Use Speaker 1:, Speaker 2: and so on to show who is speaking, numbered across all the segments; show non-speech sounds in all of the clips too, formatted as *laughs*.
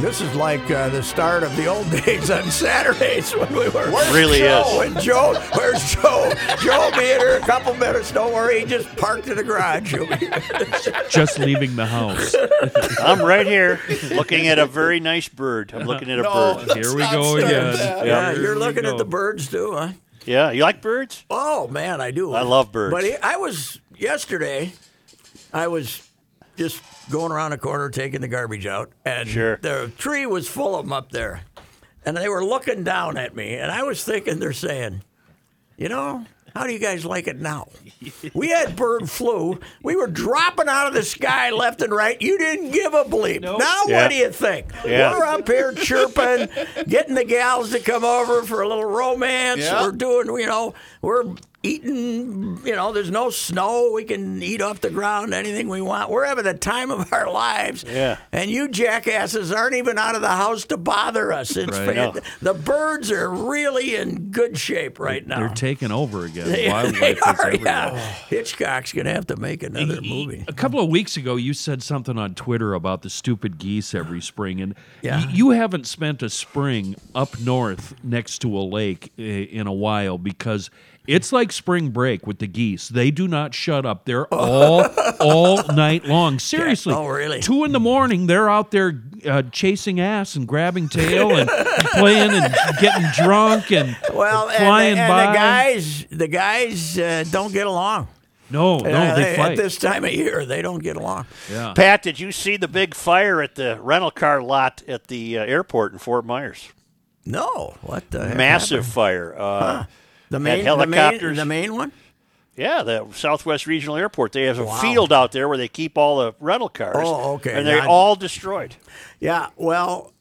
Speaker 1: This is like uh, the start of the old *laughs* days on Saturdays when we were.
Speaker 2: It really
Speaker 1: Joe? And Joe, where's Joe? Joe, be in here a couple minutes. Don't worry, he just parked in the garage. *laughs* He'll be-
Speaker 3: Just leaving the
Speaker 1: *laughs*
Speaker 3: house.
Speaker 2: is. I'm right here looking at a very nice bird. I'm looking at a bird.
Speaker 3: Here we go again.
Speaker 1: yeah,
Speaker 3: Here
Speaker 1: you're
Speaker 3: we
Speaker 1: looking
Speaker 3: go.
Speaker 1: at the birds too, huh?
Speaker 2: Yeah, you like birds?
Speaker 1: Oh man, I do.
Speaker 2: I love birds.
Speaker 1: But he- I was yesterday. I was just going around a corner taking the garbage out, and
Speaker 2: Sure.
Speaker 1: the tree was full of them up there, and they were looking down at me, and I was thinking they're saying, you know. How do you guys like it now?
Speaker 2: *laughs*
Speaker 1: We had bird flu. We were dropping out of the sky left and right. You didn't give a bleep. Now
Speaker 2: Yeah.
Speaker 1: what do you think?
Speaker 2: Yeah.
Speaker 1: We're up here chirping, getting the gals to come over for a little romance.
Speaker 4: Yeah.
Speaker 1: We're doing, you know, we're eating, you know, there's no snow. We can eat off the ground anything we want. We're having the time of our lives.
Speaker 2: Yeah.
Speaker 1: And you jackasses aren't even out of the house to bother us. It's
Speaker 3: Right.
Speaker 1: fan-
Speaker 2: No.
Speaker 1: The birds are really in good shape right now.
Speaker 3: They're taking
Speaker 1: *laughs*
Speaker 3: over again.
Speaker 1: They-
Speaker 3: Wildlife
Speaker 1: they
Speaker 3: is
Speaker 1: are,
Speaker 3: everywhere.
Speaker 1: yeah. Hitchcock's going to have to make another movie.
Speaker 3: A couple of weeks ago, you said something on Twitter about the stupid geese every spring, and
Speaker 1: Yeah.
Speaker 3: y- you haven't spent a spring up north next to a lake i- in a while because it's like spring break with the geese. They do not shut
Speaker 1: *laughs*
Speaker 3: up. They're all all night long. Seriously.
Speaker 1: Oh, really?
Speaker 3: Two in the morning, they're out there uh, chasing ass and grabbing tail
Speaker 1: *laughs*
Speaker 3: and playing and getting drunk and
Speaker 1: Well, and,
Speaker 3: flying
Speaker 1: the, and
Speaker 3: by.
Speaker 1: the guys, the guys uh, don't get along.
Speaker 3: no, no,
Speaker 1: Uh,
Speaker 3: they,
Speaker 1: they-
Speaker 3: fight.
Speaker 1: At this time of year, they don't get along.
Speaker 3: yeah.
Speaker 2: Pat, did you see the big fire at the rental car lot at the uh, airport in Fort Myers?
Speaker 1: No, what the heck
Speaker 2: Massive fire. Uh,
Speaker 1: happened? The main, The main,
Speaker 2: helicopters.
Speaker 1: the main one.
Speaker 2: Yeah, the Southwest Regional Airport. They have a
Speaker 1: Wow.
Speaker 2: field out there where they keep all the rental cars.
Speaker 1: Oh, okay.
Speaker 2: And they're
Speaker 1: Not-
Speaker 2: all destroyed.
Speaker 1: Yeah. Well,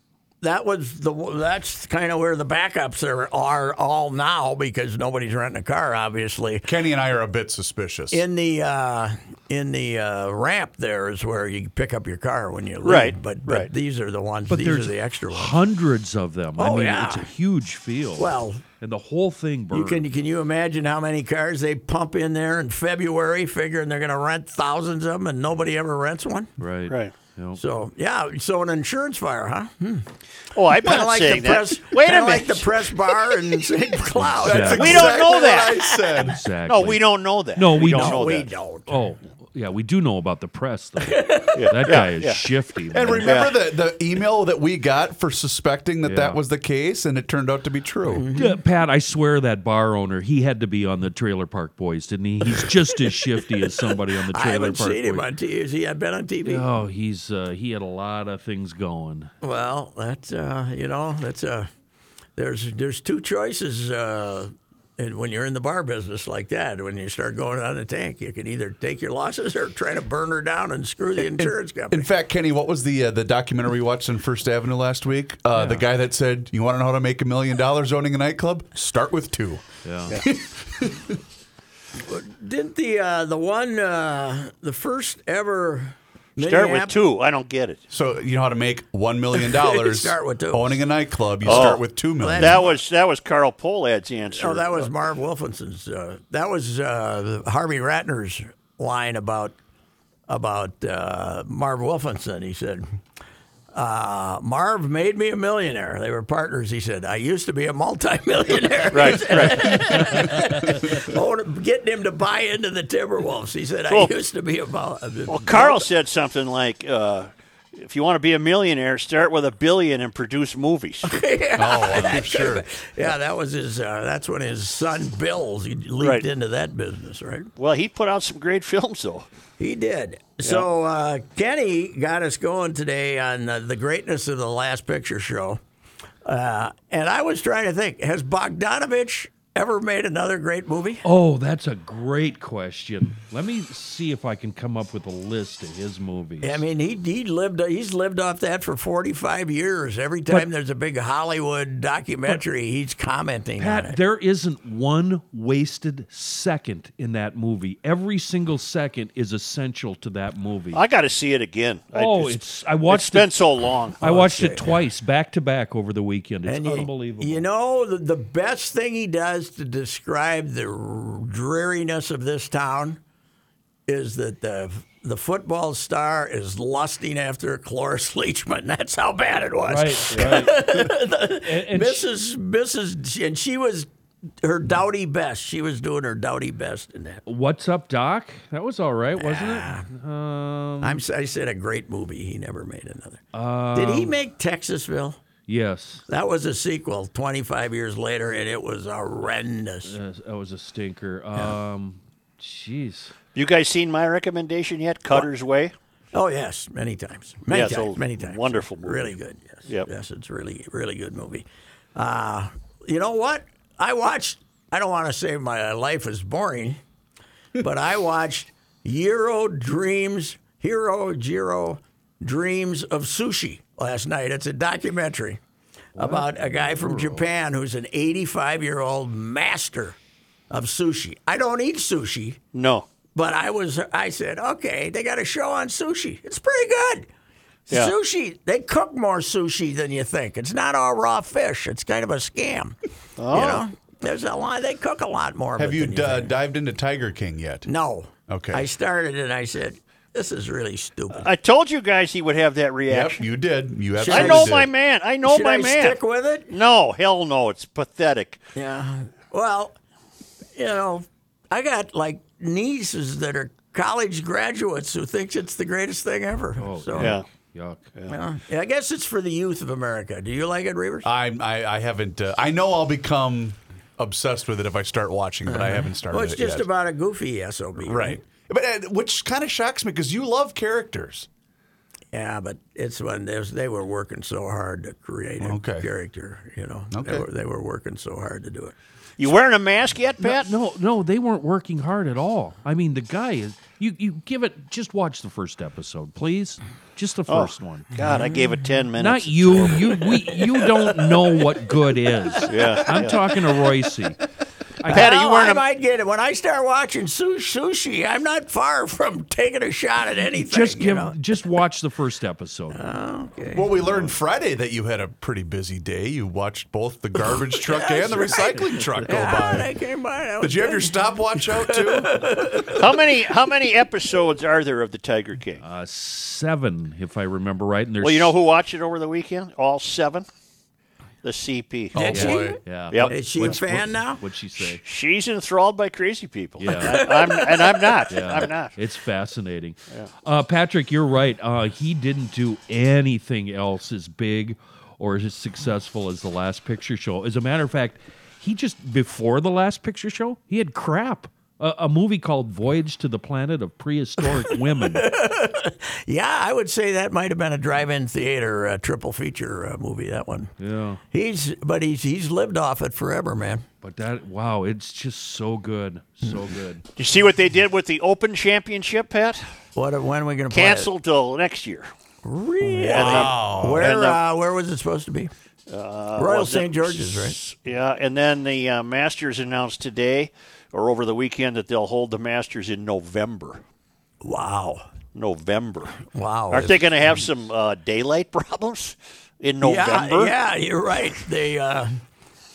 Speaker 1: that was the. That's kind of where the backups are, are all now because nobody's renting a car, obviously.
Speaker 4: Kenny and I are a bit suspicious.
Speaker 1: In the uh, in the uh, ramp there is where you pick up your car when you leave.
Speaker 2: Right,
Speaker 1: But, but
Speaker 2: right.
Speaker 1: these are the ones. these are
Speaker 3: there's
Speaker 1: the extra ones.
Speaker 3: hundreds of them. I
Speaker 1: Oh,
Speaker 3: mean,
Speaker 1: yeah.
Speaker 3: it's a huge field.
Speaker 1: Well,
Speaker 3: and the whole thing burned.
Speaker 1: You can can you imagine how many cars they pump in there in February, figuring they're going to rent thousands of them, and nobody ever rents one.
Speaker 3: right,
Speaker 2: Right.
Speaker 3: Yep.
Speaker 1: So yeah, so an insurance fire, huh?
Speaker 2: Oh, I've been
Speaker 1: Kind of like the
Speaker 2: saying that.
Speaker 1: press.
Speaker 2: Wait a
Speaker 1: kinda
Speaker 2: minute.
Speaker 1: Like the press bar
Speaker 2: *laughs*
Speaker 1: in St. Cloud.
Speaker 3: That's
Speaker 2: we don't
Speaker 4: Exactly
Speaker 2: know
Speaker 4: what
Speaker 2: that.
Speaker 4: I said.
Speaker 3: exactly.
Speaker 2: no, we don't know that.
Speaker 3: No, we
Speaker 2: don't
Speaker 3: don't.
Speaker 2: know
Speaker 1: we
Speaker 2: that.
Speaker 1: don't.
Speaker 3: Oh, yeah, we do know about the press.
Speaker 1: *laughs*
Speaker 3: Though. That guy is
Speaker 2: yeah.
Speaker 3: shifty. man.
Speaker 4: And remember the, the email that we got for suspecting that
Speaker 3: Yeah.
Speaker 4: that was the case, and it turned out to be true.
Speaker 3: Uh, Pat, I swear that bar owner, he had to be on the Trailer Park Boys, didn't he? He's just as shifty as somebody on the
Speaker 1: *laughs* I
Speaker 3: Trailer
Speaker 1: haven't
Speaker 3: Park
Speaker 1: seen him
Speaker 3: Boys.
Speaker 1: on TV. Is he? I've been on TV.
Speaker 3: Oh, he's uh, he had a lot of things going.
Speaker 1: Well, that's uh, you know that's uh, there's there's two choices uh, and when you're in the bar business like that. When you start going on the tank, you can either take your losses or try to burn her down and screw
Speaker 2: *laughs*
Speaker 1: the insurance
Speaker 4: In
Speaker 1: company.
Speaker 4: fact, Kenny, what was the uh, the documentary we watched on First Avenue last week? Uh, The guy that said, "You want to know how to make a million dollars owning a nightclub? Start with two.
Speaker 3: Yeah.
Speaker 1: Didn't the uh, the one uh, the first ever
Speaker 2: Start with
Speaker 1: Minneapolis-
Speaker 2: two. I don't get it.
Speaker 4: So you know how to make one million dollars.
Speaker 1: Start with two.
Speaker 4: Owning a nightclub, you start with two million.
Speaker 2: That was that was Carl Polad's answer.
Speaker 1: Oh, that was Marv Wilkinson's. Uh, that was uh, Harvey Ratner's line about about uh, Marv Wilkinson. He said, uh, "Marv made me a millionaire." They were partners. He said, "I used to be a multimillionaire."
Speaker 2: *laughs* right, right.
Speaker 1: *laughs* Own- Getting him to buy into the Timberwolves. He said,
Speaker 2: Cool. Oh,
Speaker 1: "I used to be a." mul-
Speaker 2: Well, Carl said something like, uh, "If you want to be a millionaire, start with a billion and produce movies."
Speaker 4: oh, I'm sure.
Speaker 1: *laughs* Yeah, that was his. Uh, that's when his son Bill's he leaped
Speaker 2: Right.
Speaker 1: into that business, right?
Speaker 2: well, he put out some great films, though.
Speaker 1: He did. So uh, Kenny got us going today on uh, the greatness of the Last Picture Show, uh, and I was trying to think: Has Bogdanovich ever made another great movie?
Speaker 3: Oh, that's a great question. Let me see if I can come up with a list of his movies.
Speaker 1: I mean, he he lived he's lived off that for forty five years. Every time there's a big Hollywood documentary, he's commenting on
Speaker 3: Pat,
Speaker 1: it.
Speaker 3: there isn't one wasted second in that movie. Every single second is essential to that movie.
Speaker 2: I got to see it again.
Speaker 3: oh,
Speaker 2: I,
Speaker 3: it's,
Speaker 2: it's,
Speaker 3: I
Speaker 2: it's
Speaker 3: watched
Speaker 2: been
Speaker 3: it.
Speaker 2: so long.
Speaker 3: I watched it twice, back to back over the weekend. It's
Speaker 1: you-
Speaker 3: unbelievable.
Speaker 1: You know, the, the best thing he does to describe the r- dreariness of this town is that the the football star is lusting after Cloris *laughs* Leachman. That's how bad it was.
Speaker 3: Right, right. and, and she-
Speaker 1: Mrs. Mrs. And she was her dowdy best. She was doing her dowdy best in that.
Speaker 3: what's up, Doc? That was all right, wasn't it? Um,
Speaker 1: I'm, I said a great movie. He never made another. Did he make Texasville?
Speaker 3: yes,
Speaker 1: That was a sequel 25 years later, and it was horrendous.
Speaker 3: Uh, that was a stinker. Um, jeez.
Speaker 2: You guys seen my recommendation yet? Cutter's Way.
Speaker 1: Oh yes, many times, many
Speaker 2: Yeah, it's
Speaker 1: times,
Speaker 2: a
Speaker 1: many times.
Speaker 2: wonderful movie.
Speaker 1: really good. Yes,
Speaker 2: Yep.
Speaker 1: yes, it's really, really good movie. Uh, you know what? I watched. I don't want to say my life is
Speaker 2: *laughs*
Speaker 1: boring, but I watched Euro Dreams, Hero Jiro Dreams of Sushi last night. It's a documentary about a guy from Japan who's an 85 year old master of sushi. I don't eat sushi.
Speaker 2: No.
Speaker 1: But I was, I said, okay, they got a show on sushi. It's pretty good.
Speaker 2: Yeah.
Speaker 1: Sushi, they cook more sushi than you think. It's not all raw fish. It's kind of a scam. You know, there's a lot. They cook a lot more. of
Speaker 4: Have
Speaker 1: it
Speaker 4: you
Speaker 1: than
Speaker 4: d-
Speaker 1: think.
Speaker 4: dived into Tiger King yet?
Speaker 1: No.
Speaker 4: Okay.
Speaker 1: I started and I said, this is really stupid.
Speaker 2: I told you guys he would have that
Speaker 4: Yep,
Speaker 2: reaction.
Speaker 4: you did. You
Speaker 1: Should
Speaker 4: absolutely
Speaker 2: I know
Speaker 4: did.
Speaker 2: my man. I know
Speaker 1: Should
Speaker 2: Oh, my
Speaker 1: I
Speaker 2: man.
Speaker 1: stick with it?
Speaker 2: No, hell no. It's pathetic.
Speaker 1: Yeah. Well, you know, I got like nieces that are college graduates who think it's the greatest thing ever.
Speaker 3: Oh,
Speaker 1: so,
Speaker 2: Yeah.
Speaker 3: Yuck.
Speaker 1: yeah. Yeah, I guess it's for the youth of America. Do you like it, Reavers?
Speaker 4: I'm, I I haven't. Uh, I know I'll become obsessed with it if I start watching, but I haven't started.
Speaker 1: Uh-huh. Well, it's
Speaker 4: it
Speaker 1: just
Speaker 4: yet.
Speaker 1: about a goofy SOB.
Speaker 4: right. But uh, which kind of shocks me because you love characters.
Speaker 1: Yeah, but it's when they, was, they were working so hard to create a
Speaker 4: Okay.
Speaker 1: character, you know. They
Speaker 4: Okay.
Speaker 1: were, they were working so hard to do it.
Speaker 2: You wearing a mask yet, Pat?
Speaker 3: No, no, they weren't working hard at all. I mean, the guy is. You, you give it. Just watch the first episode, please. Just the
Speaker 2: Oh.
Speaker 3: first one.
Speaker 2: God, I gave it ten
Speaker 3: Not
Speaker 2: minutes.
Speaker 3: you. You we you don't know what good
Speaker 2: *laughs*
Speaker 3: is.
Speaker 2: Yeah,
Speaker 3: I'm
Speaker 2: yeah.
Speaker 3: talking to Royce. I,
Speaker 2: Pat, are
Speaker 1: Well,
Speaker 2: you wearing
Speaker 1: Oh, I
Speaker 2: a
Speaker 1: might get it. When I start watching su- sushi, I'm not far from taking a shot at anything.
Speaker 3: just
Speaker 1: you
Speaker 3: give.
Speaker 1: know?
Speaker 3: Just watch the first episode.
Speaker 1: Okay.
Speaker 4: Well, we learned Friday that you had a pretty busy day. You watched both the
Speaker 1: *laughs*
Speaker 4: garbage truck and the
Speaker 1: That's right.
Speaker 4: recycling truck go
Speaker 1: Ah, *laughs*
Speaker 4: by.
Speaker 1: they came by. That was
Speaker 4: Did you have
Speaker 1: good.
Speaker 4: your stopwatch
Speaker 1: *laughs*
Speaker 4: out too?
Speaker 2: How many how many episodes are there of the Tiger King?
Speaker 3: uh, seven, if I remember right. And there's
Speaker 2: well, you know who watched it over the weekend? All seven. The CP.
Speaker 1: Did
Speaker 4: Oh,
Speaker 1: she?
Speaker 4: boy.
Speaker 3: Yeah.
Speaker 2: Yep.
Speaker 1: Is she a fan now?
Speaker 3: What'd she say?
Speaker 2: She's enthralled by crazy people.
Speaker 3: Yeah.
Speaker 2: I, am and I'm not. I'm *laughs* not.
Speaker 3: It's fascinating. Uh, Patrick, you're right. Uh, he didn't do anything else as big or as successful as the last picture show. As a matter of fact, he just, before the last picture show, he had crap. A, a movie called Voyage to the Planet of Prehistoric Women.
Speaker 1: Yeah, I would say that might have been a drive-in theater uh, triple feature uh, movie. That one.
Speaker 3: Yeah.
Speaker 1: He's, but he's he's lived off it forever, man.
Speaker 3: But that, wow, it's just so good. So good.
Speaker 2: You see what they did with the Open Championship, Pat?
Speaker 1: What? When are we going to
Speaker 2: Canceled till next year.
Speaker 1: Really?
Speaker 2: Wow.
Speaker 1: Where
Speaker 2: And the- Uh,
Speaker 1: uh, where was it supposed to be? Royal
Speaker 2: was it-
Speaker 1: St. Oh, George's, right?
Speaker 2: Yeah, and then the uh, Masters announced today or over the weekend that they'll hold the Masters in November.
Speaker 1: Wow.
Speaker 2: November.
Speaker 1: Wow.
Speaker 2: Aren't they going to have some uh, daylight *laughs* problems in November?
Speaker 1: Yeah, yeah, you're right. They uh,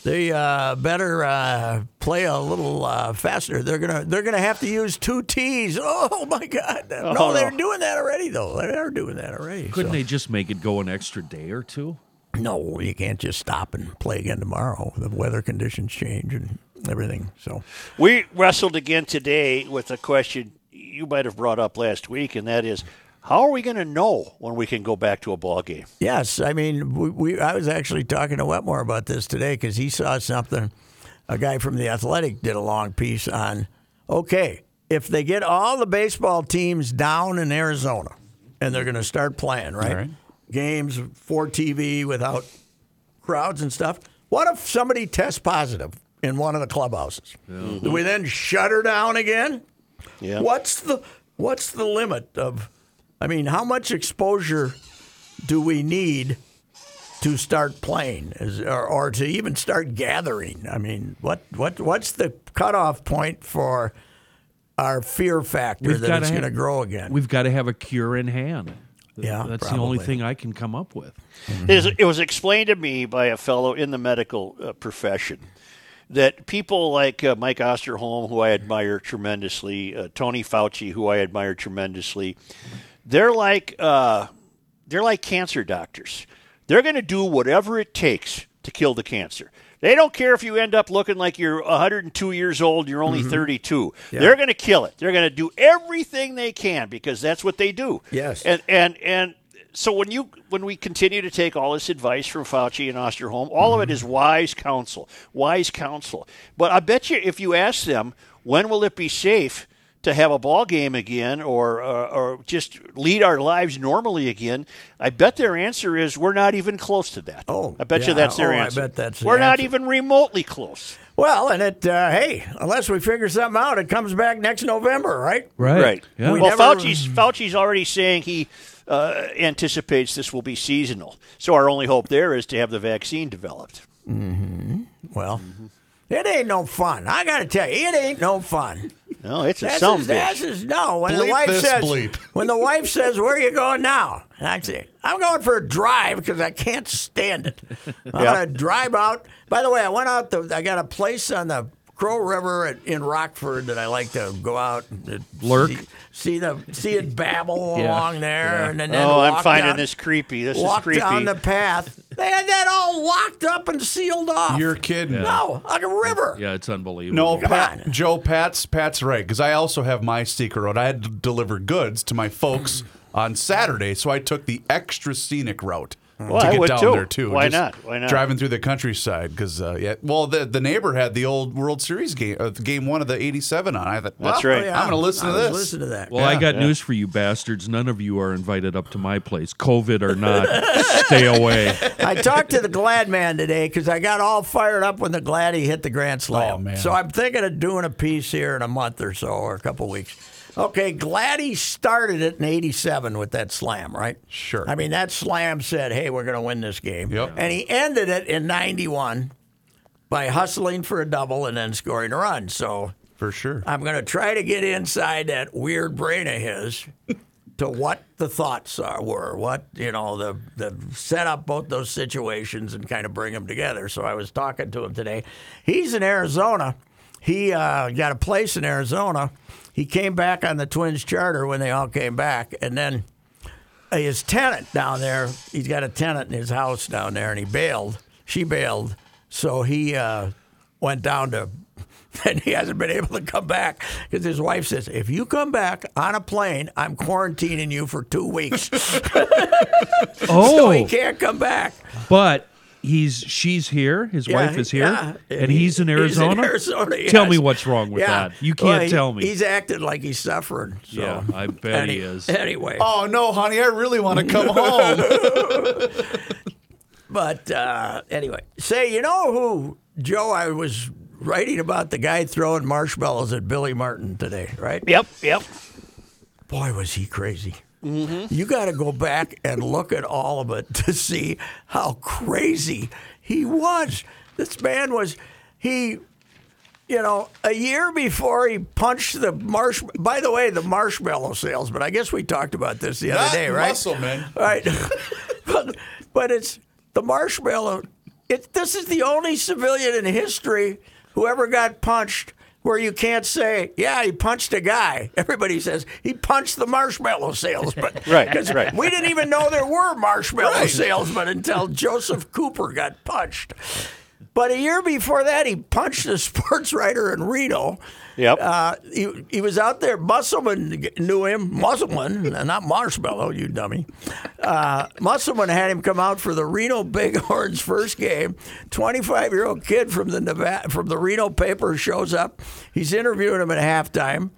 Speaker 1: they uh, better uh, play a little uh, faster. They're gonna they're gonna have to use two T's. Oh my God! No,
Speaker 2: no.
Speaker 1: they're doing that already though. They are doing that already.
Speaker 3: Couldn't
Speaker 1: so-
Speaker 3: they just make it go an extra day or two?
Speaker 1: No, you can't just stop and play again tomorrow. The weather conditions change and everything. So
Speaker 2: We wrestled again today with a question you might have brought up last week, and that is, how are we going to know when we can go back to a ball game?
Speaker 1: Yes, I mean, we, we I was actually talking to Wetmore about this today because he saw something. A guy from the Athletic did a long piece on. Okay, if they get all the baseball teams down in Arizona, and they're going to start playing right?
Speaker 4: All right.
Speaker 1: games for TV without crowds and stuff. What if somebody tests positive in one of the clubhouses? Do we then shut her down again?
Speaker 2: Yeah.
Speaker 1: What's the what's the limit of I mean, how much exposure do we need to start playing is, or, or to even start gathering? I mean, what what what's the cutoff point for our fear factor
Speaker 3: We've
Speaker 1: that
Speaker 3: gotta
Speaker 1: it's
Speaker 3: have-
Speaker 1: going to grow again?
Speaker 3: We've got to have a cure in hand. Th-
Speaker 1: Yeah,
Speaker 3: That's the only
Speaker 1: probably.
Speaker 3: thing I can come up with.
Speaker 2: It is- it was explained to me by a fellow in the medical uh, profession that people like uh, Mike Osterholm, who I admire tremendously, uh, Tony Fauci, who I admire tremendously, they're like uh, they're like cancer doctors. They're going to do whatever it takes to kill the cancer. They don't care if you end up looking like you're 102 years old, you're only 32. They're going to kill it. They're going to do everything they can because that's what they do.
Speaker 1: Yes.
Speaker 2: And and and so when you when we continue to take all this advice from Fauci and Osterholm, all of it
Speaker 1: Mm-hmm.
Speaker 2: is wise counsel, wise counsel. But I bet you, if you ask them, when will it be safe to have a ball game again, or or, or just lead our lives normally again? I bet their answer is we're not even close to that.
Speaker 1: Oh,
Speaker 2: I bet
Speaker 1: yeah.
Speaker 2: you that's their
Speaker 1: Oh, I
Speaker 2: answer.
Speaker 1: bet that's the
Speaker 2: we're not
Speaker 1: answer.
Speaker 2: even remotely close.
Speaker 1: Well, and it, uh, hey, unless we figure something out, it comes back next November, right?
Speaker 3: Right. Yeah.
Speaker 1: We
Speaker 2: Well,
Speaker 1: never-
Speaker 2: Fauci's Fauci's already saying he uh, anticipates this will be seasonal. So our only hope there is to have the vaccine developed.
Speaker 1: Well, it ain't no fun. I got to tell you, it ain't no fun.
Speaker 2: No, it's a
Speaker 1: That's
Speaker 2: some
Speaker 1: is, that's is, no. When
Speaker 4: Bleep
Speaker 1: the wife
Speaker 4: this
Speaker 1: says,
Speaker 4: bleep.
Speaker 1: when the wife says, "Where are you going now?" And I say, "I'm going for a drive because I can't stand it. I'm
Speaker 2: Yeah.
Speaker 1: gonna drive out." By the way, I went out. To, I got a place on the Crow River at, in Rockford that I like to go out and
Speaker 3: Lurk.
Speaker 1: see, see the see it babble
Speaker 3: Yeah.
Speaker 1: along there, and then
Speaker 2: Oh, I'm
Speaker 1: walk
Speaker 2: finding
Speaker 1: down-
Speaker 2: this creepy. This is
Speaker 1: Walk
Speaker 2: creepy.
Speaker 1: down the path. They had that all locked up and sealed off.
Speaker 4: You're kidding.
Speaker 1: no, like a river.
Speaker 3: Yeah, it's unbelievable.
Speaker 4: No,
Speaker 1: Come
Speaker 4: Pat,
Speaker 1: on.
Speaker 4: Joe, Pat's Pat's right because I also have my secret road. I had to deliver goods to my folks on Saturday, so I took the extra scenic route to
Speaker 2: I
Speaker 4: get
Speaker 2: would
Speaker 4: down
Speaker 2: too.
Speaker 4: there too.
Speaker 2: Why not? Why not?
Speaker 4: Driving through the countryside because uh, yeah, well, the the neighbor had the old World Series game, uh, game one of the '87 on. I thought
Speaker 2: That's
Speaker 4: well,
Speaker 2: right.
Speaker 1: Yeah,
Speaker 4: I'm going to listen to
Speaker 1: I was
Speaker 4: this.
Speaker 1: Listen to that.
Speaker 3: Well, I got news for you bastards. None of you are invited up to my place, COVID or not.
Speaker 1: *laughs*
Speaker 3: Stay away.
Speaker 1: I talked to the Glad Man today because I got all fired up when the Glad he hit the Grand Slam.
Speaker 4: Oh, man.
Speaker 1: So I'm thinking of doing a piece here in a month or so or a couple weeks. Okay, Glad he started it in '87 with that slam, right?
Speaker 4: Sure.
Speaker 1: I mean, that slam said, "Hey, we're going to win this game,"
Speaker 4: Yep.
Speaker 1: and he ended it in '91 by hustling for a double and then scoring a run. So
Speaker 4: for sure.
Speaker 1: I'm going to try to get inside that weird brain of his to what the thoughts are, were, what, you know, the, the set up both those situations and kind of bring them together. So I was talking to him today. He's in Arizona. He uh, got a place in Arizona. He came back on the Twins charter when they all came back. And then his tenant down there, he's got a tenant in his house down there, and he bailed. She bailed, so he uh, went down to, *laughs* and he hasn't been able to come back because his wife says, "If you come back on a plane, I'm quarantining you for two weeks, *laughs* so he
Speaker 3: Oh,
Speaker 1: can't come back."
Speaker 3: but he's she's here. His
Speaker 1: Yeah,
Speaker 3: wife is here,
Speaker 1: yeah.
Speaker 3: and he's in Arizona.
Speaker 1: *laughs* Arizona, yes.
Speaker 3: Tell me what's wrong with
Speaker 1: Yeah.
Speaker 3: that. You can't
Speaker 1: Well, he-
Speaker 3: tell me.
Speaker 1: He's acting like he's suffering. So.
Speaker 3: Yeah, I bet he is.
Speaker 1: Anyway,
Speaker 4: Oh no, honey, I really want to come home.
Speaker 1: But uh, anyway, say you know who Joe? I was writing about the guy throwing marshmallows at Billy Martin today, right?
Speaker 2: Yep, yep. Mm-hmm.
Speaker 1: Boy, was he crazy! You got to go back and look at all of it to see how crazy he was. This man was he. You know, a year before he punched the marsh. By the way, the marshmallow sales. But I guess we talked about this the
Speaker 4: Not
Speaker 1: other day, right?
Speaker 4: muscle, man.
Speaker 1: Right. *laughs* but, but it's the marshmallow. It, this is the only civilian in history who ever got punched where you can't say, yeah, he punched a guy. *laughs* Everybody says, he punched the marshmallow salesman.
Speaker 2: *laughs* Right,
Speaker 1: 'Cause
Speaker 2: right.
Speaker 1: We didn't even know there were marshmallow
Speaker 4: Right.
Speaker 1: salesmen
Speaker 2: *laughs*
Speaker 1: until Joseph Cooper got punched. But a year before that, he punched a *laughs* sports writer in Reno.
Speaker 2: Yep.
Speaker 1: Uh, he, he was out there. Musselman knew him. Musselman, *laughs* not Marshmallow, you dummy. Uh, Musselman had him come out for the Reno Bighorns first game. Twenty-five-year-old kid from the Nevada, from the Reno paper shows up. He's interviewing him at halftime.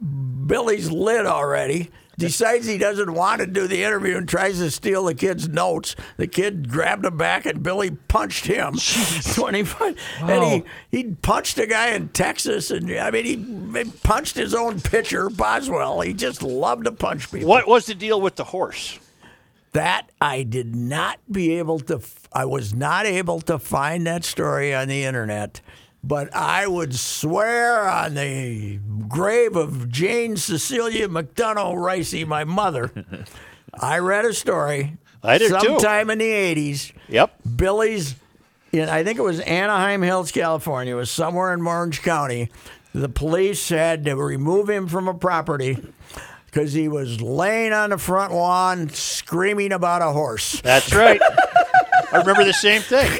Speaker 1: Billy's lit already. Decides he doesn't want to do the interview and tries to steal the kid's notes. The kid grabbed him back and Billy punched him. *laughs* Twenty five, and he he punched a guy in Texas, and I mean he, he punched his own pitcher Boswell. He just loved to punch people.
Speaker 2: What was the deal with the horse?
Speaker 1: That I did not be able to. f- I was not able to find that story on the internet, but I would swear on the grave of Jane Cecilia McDonough Ricey, my
Speaker 2: *laughs*
Speaker 1: mother. I read a story
Speaker 2: I did too.
Speaker 1: sometime in the eighties.
Speaker 2: Yep.
Speaker 1: Billy's in, I think it was Anaheim Hills, California, it was somewhere in Orange County. The police had to remove him from a property because he was laying on the front lawn screaming about a horse. *laughs*
Speaker 2: That's right. *laughs* I remember the same thing.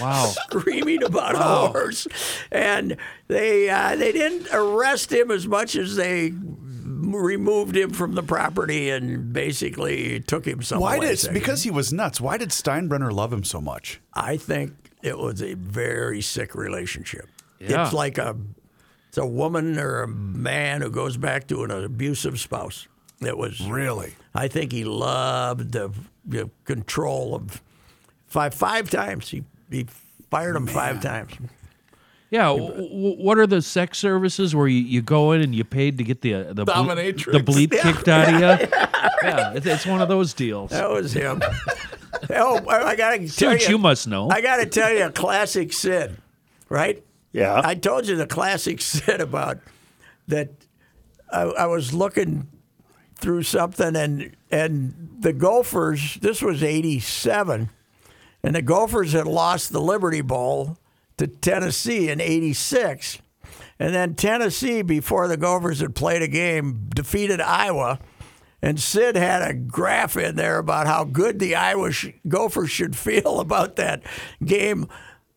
Speaker 3: Wow.
Speaker 1: screaming about a horse, and they uh, they didn't arrest him as much as they removed him from the property and basically took him somewhere.
Speaker 4: Why did because he was nuts? Why did Steinbrenner love him so much?
Speaker 1: I think it was a very sick relationship.
Speaker 3: Yeah.
Speaker 1: It's like a it's a woman or a man who goes back to an abusive spouse. It was
Speaker 4: Really?
Speaker 1: I think he loved the, the control of five five times. He he fired him five times.
Speaker 3: Yeah. W- w- what are the sex services where you, you go in and you paid to get the uh, the ble-
Speaker 4: Dominatrix.
Speaker 3: the bleep kicked out
Speaker 1: *laughs*
Speaker 3: of you? Yeah, it's, it's one of those deals.
Speaker 1: That was him. oh, I gotta tell
Speaker 3: Dude,
Speaker 1: you,
Speaker 3: you must know.
Speaker 1: I gotta tell you a classic sin, right?
Speaker 2: Yeah.
Speaker 1: I told you the classic sin about that. I, I was looking through something, and and the Gophers. This was '87, and the Gophers had lost the Liberty Bowl to Tennessee in '86, and then Tennessee, before the Gophers had played a game, defeated Iowa. And Sid had a graph in there about how good the Iowa sh- Gophers should feel *laughs* about that game,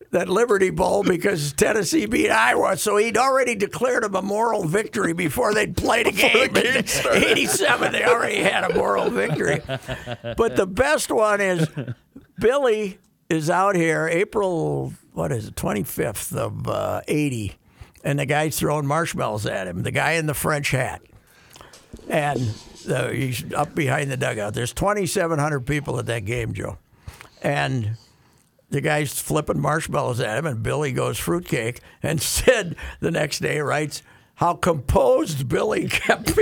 Speaker 1: that Liberty Bowl, because Tennessee beat Iowa. So he'd already declared them a moral victory before they'd played a game. in 87, they already had a moral victory. But the best one is Billy is out here April, what is it, 25th of uh, 80, and the guy's throwing marshmallows at him, the guy in the French hat and uh, he's up behind the dugout. There's 2,700 people at that game, Joe, and the guy's flipping marshmallows at him, and Billy goes fruitcake. And *laughs* Sid the next day writes. How composed Billy kept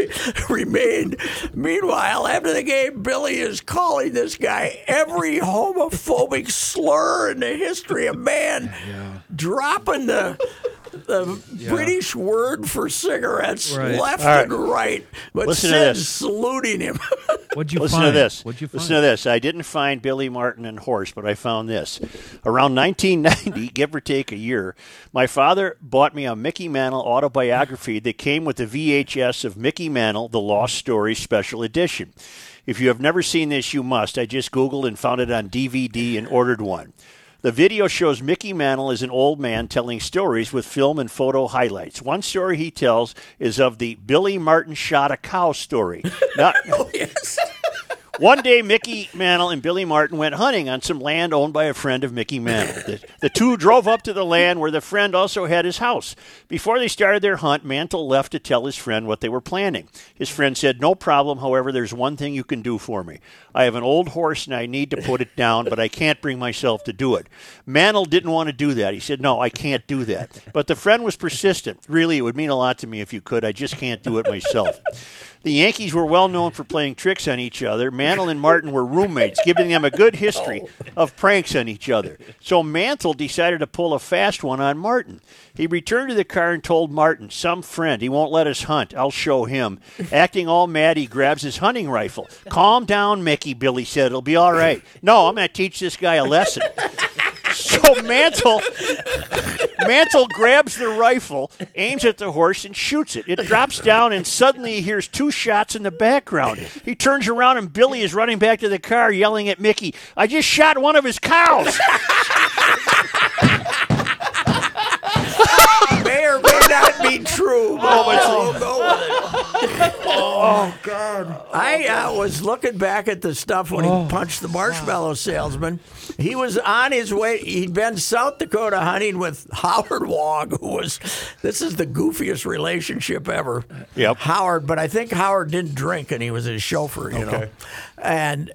Speaker 1: *laughs* remained. Meanwhile, after the game, Billy is calling this guy every homophobic *laughs* slur in the history of man, dropping the the British word for cigarettes
Speaker 3: Right.
Speaker 1: left and right. But
Speaker 2: Listen to
Speaker 1: Sid
Speaker 2: this.
Speaker 1: saluting him. *laughs*
Speaker 3: What'd you
Speaker 2: Listen
Speaker 3: find?
Speaker 2: to this.
Speaker 3: What'd you find?
Speaker 2: Listen to this. I didn't find Billy Martin and Horse, but I found this. Around 1990, *laughs* give or take a year, my father bought me a Mickey Mantle autobiography that came with the VHS of Mickey Mantle, The Lost Story Special Edition. If you have never seen this, you must. I just Googled and found it on DVD and ordered one. The video shows Mickey Mantle as an old man telling stories with film and photo highlights. One story he tells is of the Billy Martin shot a cow story. Not, *laughs* one day, Mickey Mantle and Billy Martin went hunting on some land owned by a friend of Mickey Mantle. The, the two drove up to the land where the friend also had his house. Before they started their hunt, Mantle left to tell his friend what they were planning. His friend said, No problem. However, there's one thing you can do for me. I have an old horse and I need to put it down, but I can't bring myself to do it. Mantle didn't want to do that. He said, No, I can't do that. But the friend was persistent. Really, it would mean a lot to me if you could. I just can't do it myself. The Yankees were well known for playing tricks on each other. Mantle and Martin were roommates, giving them a good history of pranks on each other. So Mantle decided to pull a fast one on Martin. He returned to the car and told Martin, Some friend, he won't let us hunt. I'll show him. Acting all mad, he grabs his hunting rifle. Calm down, Mickey, Billy said. It'll be all right. No, I'm going to teach this guy a lesson. So Mantle Mantle grabs the rifle, aims at the horse, and shoots it. It drops down, and suddenly he hears two shots in the background. He turns around, and Billy is running back to the car, yelling at Mickey, I just shot one of his cows.
Speaker 1: may or may not be true. But oh, we'll go with it. God! I uh, was looking back at the stuff when
Speaker 2: Oh.
Speaker 1: he punched the marshmallow salesman. He was on his way. He'd been South Dakota hunting with Howard Wong, who was. This is the goofiest relationship ever.
Speaker 2: Yep.
Speaker 1: Howard, but I think Howard didn't drink, and he was his chauffeur. You know,
Speaker 4: Okay.
Speaker 1: and.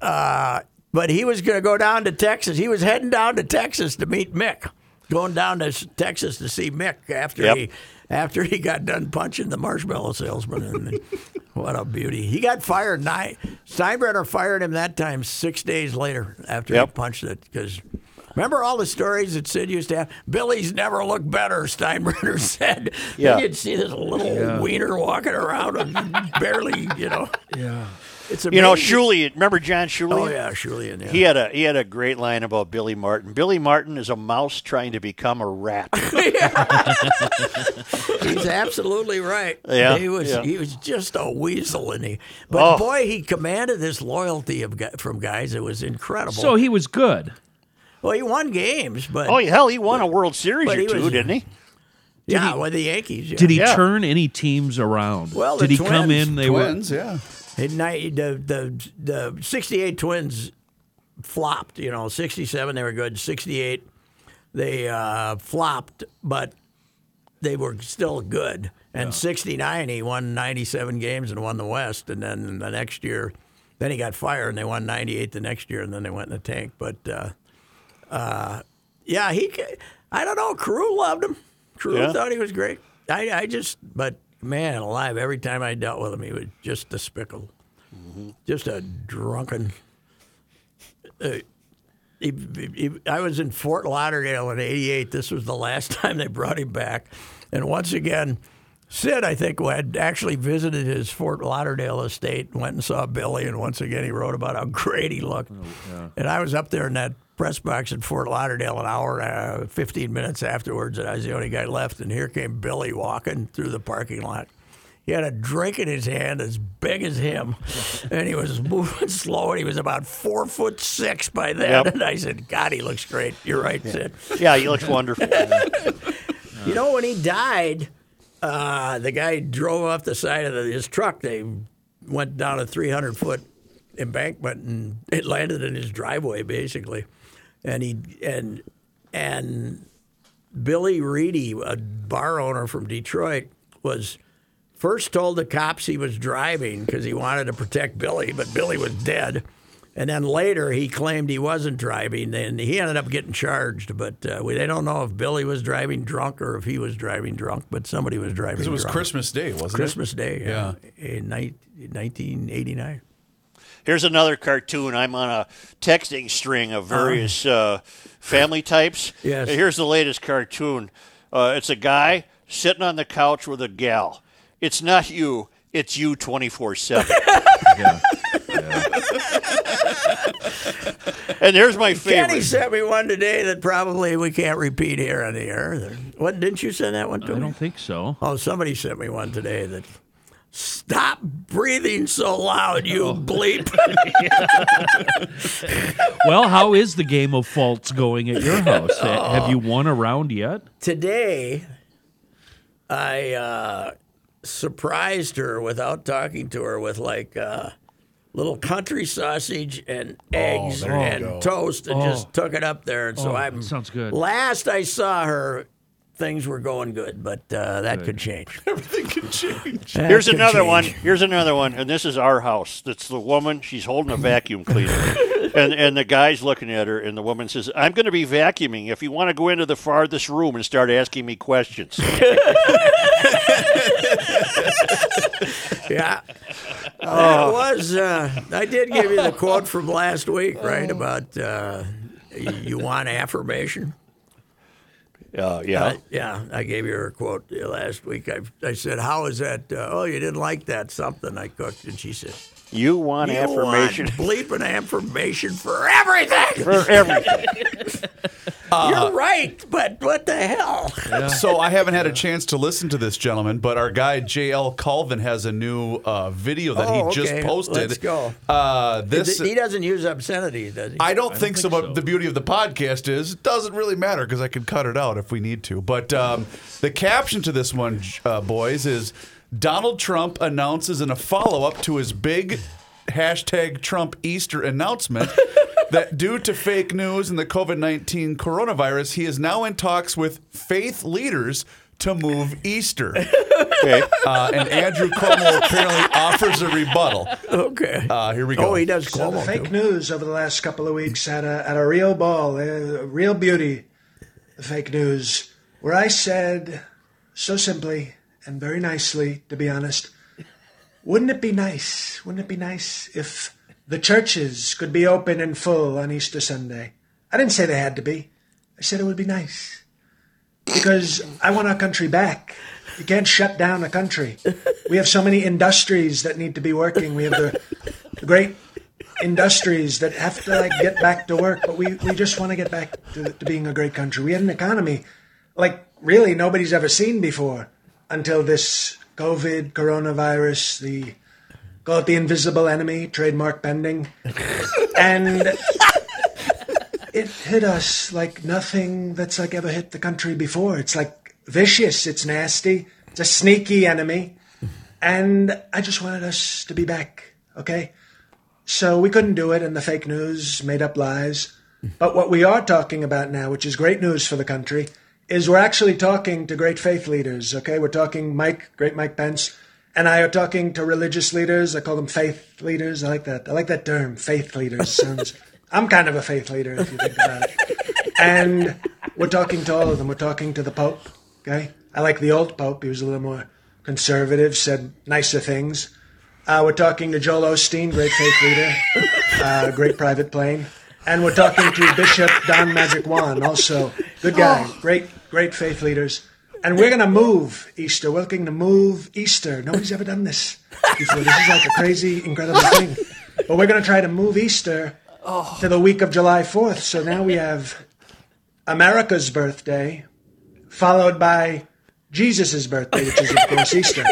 Speaker 1: Uh, but he was going to go down to Texas. He was heading down to Texas to meet Mick, going down to s- Texas to see Mick after
Speaker 2: Yep.
Speaker 1: he after he got done punching the marshmallow salesman. And *laughs* what a beauty! He got fired. Nine, Steinbrenner fired him that time six days later after he
Speaker 2: Yep.
Speaker 1: punched it because. Remember all the stories that Sid used to have? Billy's never looked better, Steinbrenner *laughs* said.
Speaker 2: Yeah.
Speaker 1: You'd see this little wiener walking around and barely, you know.
Speaker 3: Yeah.
Speaker 1: It's
Speaker 2: you know,
Speaker 1: amazing.
Speaker 2: Shuley. Remember John Shuley?
Speaker 1: Oh yeah, Julian. Yeah.
Speaker 2: He had a he had a great line about Billy Martin. Billy Martin is a mouse trying to become
Speaker 1: *laughs*
Speaker 2: a rat.
Speaker 1: He's absolutely right.
Speaker 2: Yeah,
Speaker 1: he was
Speaker 2: yeah.
Speaker 1: he was just a weasel, and he but
Speaker 2: Oh.
Speaker 1: boy, he commanded this loyalty of gu- from guys. It was incredible.
Speaker 3: So he was good.
Speaker 1: well, he won games, but
Speaker 2: oh hell, he won a World Series
Speaker 1: But
Speaker 2: or
Speaker 1: he
Speaker 2: two,
Speaker 1: was-
Speaker 2: didn't he?
Speaker 1: yeah, with the Yankees. Yeah.
Speaker 3: Did he
Speaker 2: Yeah.
Speaker 3: turn any teams around?
Speaker 1: Well, the
Speaker 3: did he come
Speaker 1: Twins-
Speaker 3: in? They
Speaker 4: Twins, yeah.
Speaker 1: In ni- the the the '68 Twins flopped. You know, '67 they were good. '68 they uh, flopped, but they were still good. And '69 he won 97 games and won the West, and then the next year, then he got fired, and they won 98 the next year, and then they went in the tank. But uh, uh, yeah, he. ca- I don't know. Crew loved him. Crew
Speaker 2: Yeah.
Speaker 1: thought he was great. I, I just, but man, alive! Every time I dealt with him, he was just despicable just a drunken. Uh, he, he, he- I was in Fort Lauderdale in '88. This was the last *laughs* time they brought him back, and once again, Sid I think had actually visited his Fort Lauderdale estate, went and saw Billy, and once again he wrote about how *laughs* great he looked. And I was up there in that press box in Fort Lauderdale an hour, uh, 15 minutes afterwards, and I was the only guy left. And here came Billy walking through the parking lot. He had a drink in his hand as big as him, and he was moving *laughs* slow. And he was about four foot six by then.
Speaker 2: Yep.
Speaker 1: And I said, "God, he looks great." You're right, Sid.
Speaker 2: Yeah, he looks wonderful.
Speaker 1: You know, when he died, uh, the guy drove off the side of the, his truck. They went down a 300 foot embankment and it landed in his driveway, basically. And he and and Billy Reedy, a bar owner from Detroit, was first told the cops he was driving because he wanted to protect Billy, but Billy was dead. And then later he claimed he wasn't driving, and he ended up getting charged. But uh, we, they don't know if Billy was driving drunk or if he was driving drunk, but somebody was driving
Speaker 4: It was
Speaker 1: drunk.
Speaker 4: Christmas Day, wasn't
Speaker 1: Christmas Day yeah. in ni- 1989.
Speaker 2: Here's another cartoon. I'm on a texting string of various uh, family types.
Speaker 1: Uh-huh. Yes.
Speaker 2: Here's the latest cartoon. Uh, it's a guy sitting on the couch with a gal. It's not you. It's you
Speaker 1: *laughs*
Speaker 2: 24 seven. And here's my
Speaker 1: Kenny
Speaker 2: favorite.
Speaker 1: sent me one today that probably we can't repeat here on the air. What didn't you send that one to
Speaker 3: were. I
Speaker 1: me?
Speaker 3: don't think so.
Speaker 1: Oh, somebody sent me one today that stop breathing so loud, you bleep.
Speaker 3: Well, how is the game of faults going at your house? Ha- Have you won a round yet?
Speaker 1: today, I uh, surprised her without talking to her with like uh, little country sausage and eggs
Speaker 4: there you go.
Speaker 1: and toast and just took it up there. And so
Speaker 3: Oh,
Speaker 1: I'm
Speaker 3: that sounds good.
Speaker 1: Last I saw her, things were going good, but uh, that could
Speaker 2: *laughs*
Speaker 1: change.
Speaker 4: it? Everything can change.
Speaker 1: That
Speaker 2: Here's
Speaker 1: could
Speaker 2: another
Speaker 1: change.
Speaker 2: one. Here's another one, and this is our house. That's the woman. She's holding a vacuum cleaner,
Speaker 1: *laughs*
Speaker 2: and and the guy's looking at her, and the woman says, "I'm going to be vacuuming. If you want to go into the farthest room and start asking me
Speaker 1: *laughs*
Speaker 2: questions,
Speaker 1: Yeah. *laughs* That was, uh, I did give you the quote from last week, right? About uh, you, you want affirmation.
Speaker 2: uh, yeah,
Speaker 1: I, yeah, I gave you her a quote last week. I, I said, How is that? Uh, oh, you didn't like that something I cooked. And she said,
Speaker 2: you want
Speaker 1: you
Speaker 2: affirmation *laughs*
Speaker 1: Want bleeping affirmation for everything.
Speaker 2: for uh, everything."
Speaker 1: You're right, but what the hell?
Speaker 4: So I haven't had a chance to listen to this gentleman, but our guy JL Colvin has a new uh, video that
Speaker 1: Oh,
Speaker 4: he just
Speaker 1: okay.
Speaker 4: posted.
Speaker 1: Let's go.
Speaker 4: Uh, this
Speaker 1: he doesn't use obscenities, does he?
Speaker 4: I don't, think, so,
Speaker 3: think
Speaker 4: but
Speaker 3: so.
Speaker 4: the beauty of the podcast is it doesn't really matter because I can cut it out if we need to. But um, the caption to this one, uh, boys, is Donald Trump announces in a follow up to his big hashtag Trump Easter *laughs* announcement that due to fake news and the COVID 19 coronavirus, he is now in talks with faith leaders to move Easter.
Speaker 2: Okay.
Speaker 4: Uh, and Andrew Cuomo apparently offers a rebuttal.
Speaker 1: okay.
Speaker 4: Uh, here we go.
Speaker 1: oh, he does
Speaker 5: So the
Speaker 1: Cuomo.
Speaker 5: fake
Speaker 1: too.
Speaker 5: news over the last couple of weeks had a, had a real ball, a real beauty, the fake news, where I said so simply and very nicely, to be honest, wouldn't it be nice, wouldn't it be nice if the churches could be open and full on Easter Sunday? I didn't say they had to be. I said it would be nice because I want our country back. You can't shut down a country. We have so many industries that need to be working. We have the great industries that have to like get back to work, but we, we just want to get back to, to being a great country. We had an economy like really nobody's ever seen before until this COVID, coronavirus, the call it the invisible enemy, trademark bending, and it hit us like nothing that's like ever hit the country before. It's like vicious. It's nasty. It's a sneaky enemy. And I just wanted us to be back, okay? So we couldn't do it, and the fake news made up lies. But what we are talking about now, which is great news for the country, is we're actually talking to great faith leaders, okay? We're talking Mike, great Mike Pence, and I are talking to religious leaders. I call them faith leaders. I like that. I like that term, faith leaders. Sounds, *laughs* I'm kind of a faith leader if you think about it. And we're talking to all of them. We're talking to the Pope, okay? I like the old Pope. He was a little more conservative, said nicer things. Uh, we're talking to Joel Osteen, great faith leader, uh, great private plane. And we're talking to Bishop Don Magic Juan, also good guy, great, great faith leaders. And we're going to move Easter. We're looking to move Easter. Nobody's ever done this before. This is like a crazy, incredible thing. But we're going to try to move Easter to the week of July 4th. So now we have America's birthday, followed by Jesus' birthday, which is, of course, Easter.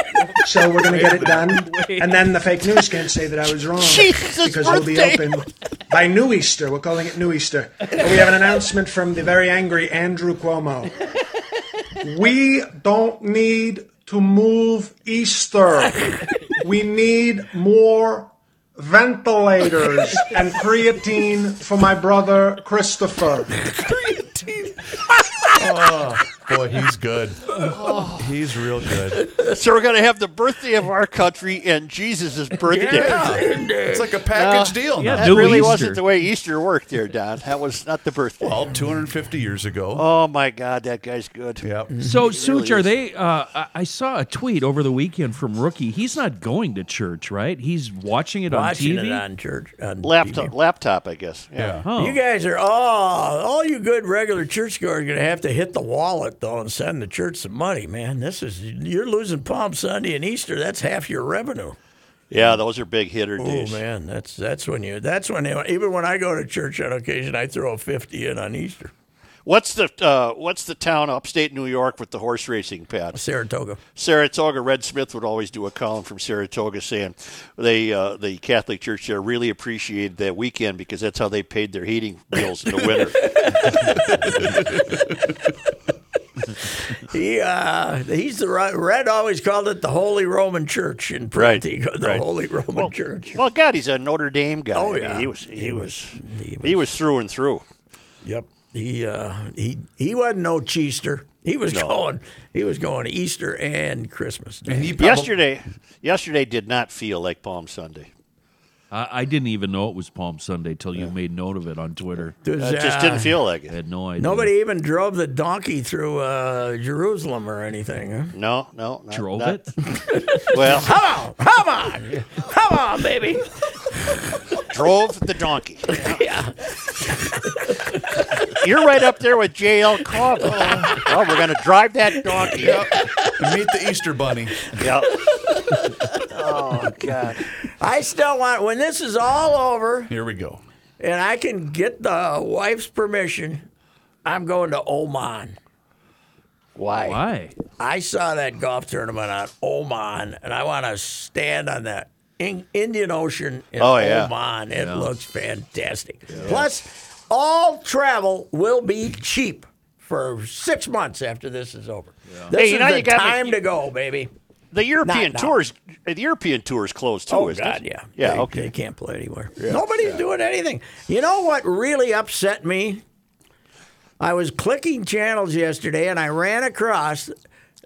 Speaker 5: So we're going to get it done. And then the fake news can't say that I was wrong
Speaker 6: Jesus'
Speaker 5: because we'll be
Speaker 6: birthday.
Speaker 5: open by New Easter. We're calling it New Easter. But we have an announcement from the very angry Andrew Cuomo. We don't need to move Easter. We need more ventilators and creatine for my brother Christopher.
Speaker 4: Boy, he's good.
Speaker 1: Oh.
Speaker 4: He's real good.
Speaker 2: *laughs* So we're going to have the birthday of our country and Jesus' birthday.
Speaker 4: It's like a package deal.
Speaker 3: yeah,
Speaker 4: now.
Speaker 2: That
Speaker 3: New
Speaker 2: really
Speaker 3: Easter.
Speaker 2: wasn't the way Easter worked there, Don. That was not the birthday.
Speaker 4: Well, 250 years ago.
Speaker 2: oh, my God, that guy's good.
Speaker 4: Yep.
Speaker 3: So, Such, are
Speaker 2: is.
Speaker 3: they? Uh, I- I saw a tweet over the weekend from Rookie. He's not going to church, right? He's watching it
Speaker 1: watching
Speaker 3: on TV.
Speaker 1: it on church on
Speaker 2: Laptop,
Speaker 1: TV.
Speaker 2: laptop, I guess.
Speaker 4: Yeah.
Speaker 3: Oh.
Speaker 1: You guys are all all you good regular churchgoers are gonna have to hit the wallet though and send the church some money, man. This is you're losing Palm Sunday and Easter. That's half your revenue.
Speaker 2: Yeah, those are big hitter
Speaker 1: Oh
Speaker 2: days.
Speaker 1: man, that's that's when you that's when even when I go to church on occasion I throw a fifty in on Easter.
Speaker 2: What's the uh, What's the town upstate New York with the horse racing pad?
Speaker 1: Saratoga.
Speaker 2: Saratoga. Red Smith would always do a column from Saratoga saying they uh, the Catholic Church there really appreciated that weekend because that's how they paid their heating bills in the winter.
Speaker 1: He uh, he's the right, Red always called it the Holy Roman Church in Prentigo, *laughs* the
Speaker 2: right.
Speaker 1: Holy Roman Church.
Speaker 2: well, God, he's a Notre Dame guy.
Speaker 1: Oh,
Speaker 2: I mean,
Speaker 1: yeah.
Speaker 2: he was he,
Speaker 1: He
Speaker 2: was,
Speaker 1: was- he
Speaker 2: he was through and through.
Speaker 1: Yep. He uh, he he wasn't no cheester. He was going he was going Easter and Christmas. Day.
Speaker 4: And he probab-
Speaker 2: yesterday, yesterday did not feel like Palm Sunday.
Speaker 3: I, I didn't even know it was Palm Sunday till you made note of it on Twitter.
Speaker 1: Does,
Speaker 2: It just
Speaker 1: uh,
Speaker 2: didn't feel like
Speaker 3: I
Speaker 2: it.
Speaker 3: had no idea.
Speaker 1: Nobody even drove the donkey through uh, Jerusalem or anything. Huh?
Speaker 2: No, no, not,
Speaker 3: drove
Speaker 2: not-
Speaker 3: it.
Speaker 2: *laughs* Well,
Speaker 1: Come on, come on, come on, baby.
Speaker 2: drove the
Speaker 1: *laughs*
Speaker 2: donkey. You're right up there with J.L.
Speaker 1: *laughs*
Speaker 2: Cobb. Oh, well, we're gonna drive that donkey.
Speaker 4: Yep. Meet the Easter Bunny.
Speaker 2: Yep. Oh God.
Speaker 1: I still want when this is all over
Speaker 4: Here we go.
Speaker 1: and I can get the wife's permission. I'm going to Oman.
Speaker 3: Why?
Speaker 1: I saw that golf tournament on Oman, and I want to stand on that in- Indian Ocean in
Speaker 2: Oh, yeah.
Speaker 1: Oman. It looks fantastic. Plus, all travel will be cheap for six months after this is over. This
Speaker 2: Hey, you
Speaker 1: is
Speaker 2: know
Speaker 1: the
Speaker 2: you got me-
Speaker 1: time to go, baby.
Speaker 2: The European
Speaker 1: now.
Speaker 2: tours. The European tours closed too,
Speaker 1: Oh
Speaker 2: isn't
Speaker 1: God,
Speaker 2: it?
Speaker 1: yeah,
Speaker 2: Yeah.
Speaker 1: They,
Speaker 2: okay.
Speaker 1: they can't play anywhere. Nobody's doing anything. You know what really upset me? I was clicking channels yesterday, and I ran across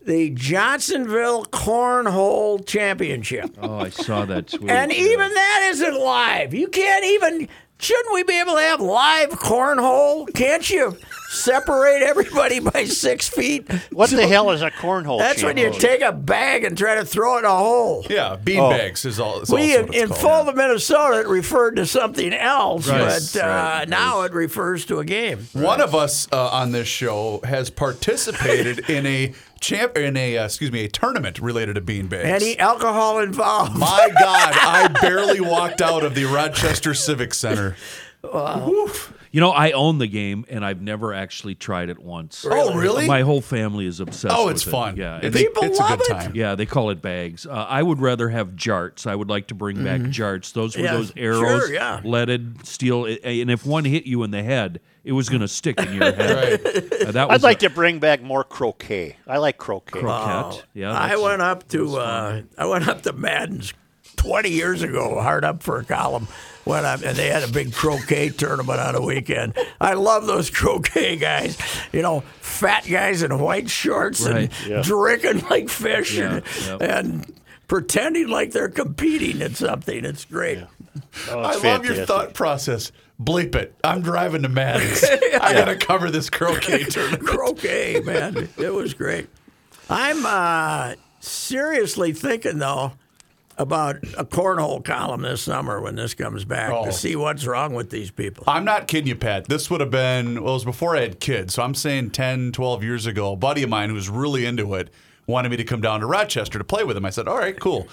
Speaker 1: the Johnsonville Cornhole Championship,
Speaker 3: Oh, I saw that tweet.
Speaker 1: and even that isn't live. You can't even. Shouldn't we be able to have live cornhole? Can't you separate everybody by six feet?
Speaker 2: What the hell is a cornhole?
Speaker 1: That's when you
Speaker 3: Oh.
Speaker 2: channel?
Speaker 1: take a bag and try to throw it in a hole.
Speaker 4: Yeah, beanbags is all. Is
Speaker 1: We
Speaker 4: also
Speaker 1: in,
Speaker 4: what it's
Speaker 1: in
Speaker 4: called.
Speaker 1: Fold of Minnesota, it referred to something else,
Speaker 4: Right.
Speaker 1: but uh, now it refers to a game.
Speaker 4: One of us uh, on this show has participated in a champ in a uh, excuse me a tournament related to beanbags.
Speaker 1: Any alcohol involved?
Speaker 4: My God, I barely walked out of the Rochester Civic Center.
Speaker 3: You know, I own the game and I've never actually tried it once.
Speaker 4: Oh, really?
Speaker 3: My whole family is obsessed.
Speaker 4: oh,
Speaker 3: with
Speaker 4: it's
Speaker 3: it.
Speaker 4: fun.
Speaker 3: Yeah,
Speaker 4: it's,
Speaker 3: and
Speaker 1: People
Speaker 4: it's a
Speaker 1: love
Speaker 4: good
Speaker 1: it.
Speaker 4: time.
Speaker 3: Yeah, they call it bags. Uh, I would rather have jarts. I would like to bring back jarts. Those
Speaker 1: Mm-hmm.
Speaker 3: were
Speaker 1: Yeah,
Speaker 3: those
Speaker 1: sure,
Speaker 3: arrows,
Speaker 1: yeah.
Speaker 3: leaded steel, a- and if one hit you in the head, it was going to stick in your head. Uh, that
Speaker 2: I'd
Speaker 3: was
Speaker 2: like
Speaker 3: a
Speaker 2: to bring back more croquet. I like croquet.
Speaker 3: croquette. yeah,
Speaker 1: Oh, I
Speaker 3: that's-
Speaker 1: went up to uh, I went up to Madden's twenty years ago, hard up for a column. Went up and they had a big croquet tournament on a weekend. I love those *laughs* croquet guys. You know, fat guys in white shorts and
Speaker 3: Right,
Speaker 2: yeah.
Speaker 1: drinking like fish
Speaker 3: Yeah,
Speaker 1: and,
Speaker 3: yep.
Speaker 1: and pretending like they're competing at something. It's great.
Speaker 2: Oh,
Speaker 4: I
Speaker 2: it's
Speaker 4: love your
Speaker 2: fantastic.
Speaker 4: thought process. Bleep it. I'm driving
Speaker 1: *laughs*
Speaker 4: to Madden's. I gotta cover this croquet tournament.
Speaker 1: croquet, man. It was great. I'm uh, seriously thinking though about a cornhole column this summer when this comes back
Speaker 4: Oh.
Speaker 1: to see what's wrong with these people.
Speaker 4: I'm not kidding you, Pat. This would have been, well, it was before I had kids. So I'm saying 10, 12 years ago, a buddy of mine who was really into it wanted me to come down to Rochester to play with him. I said, all right, cool.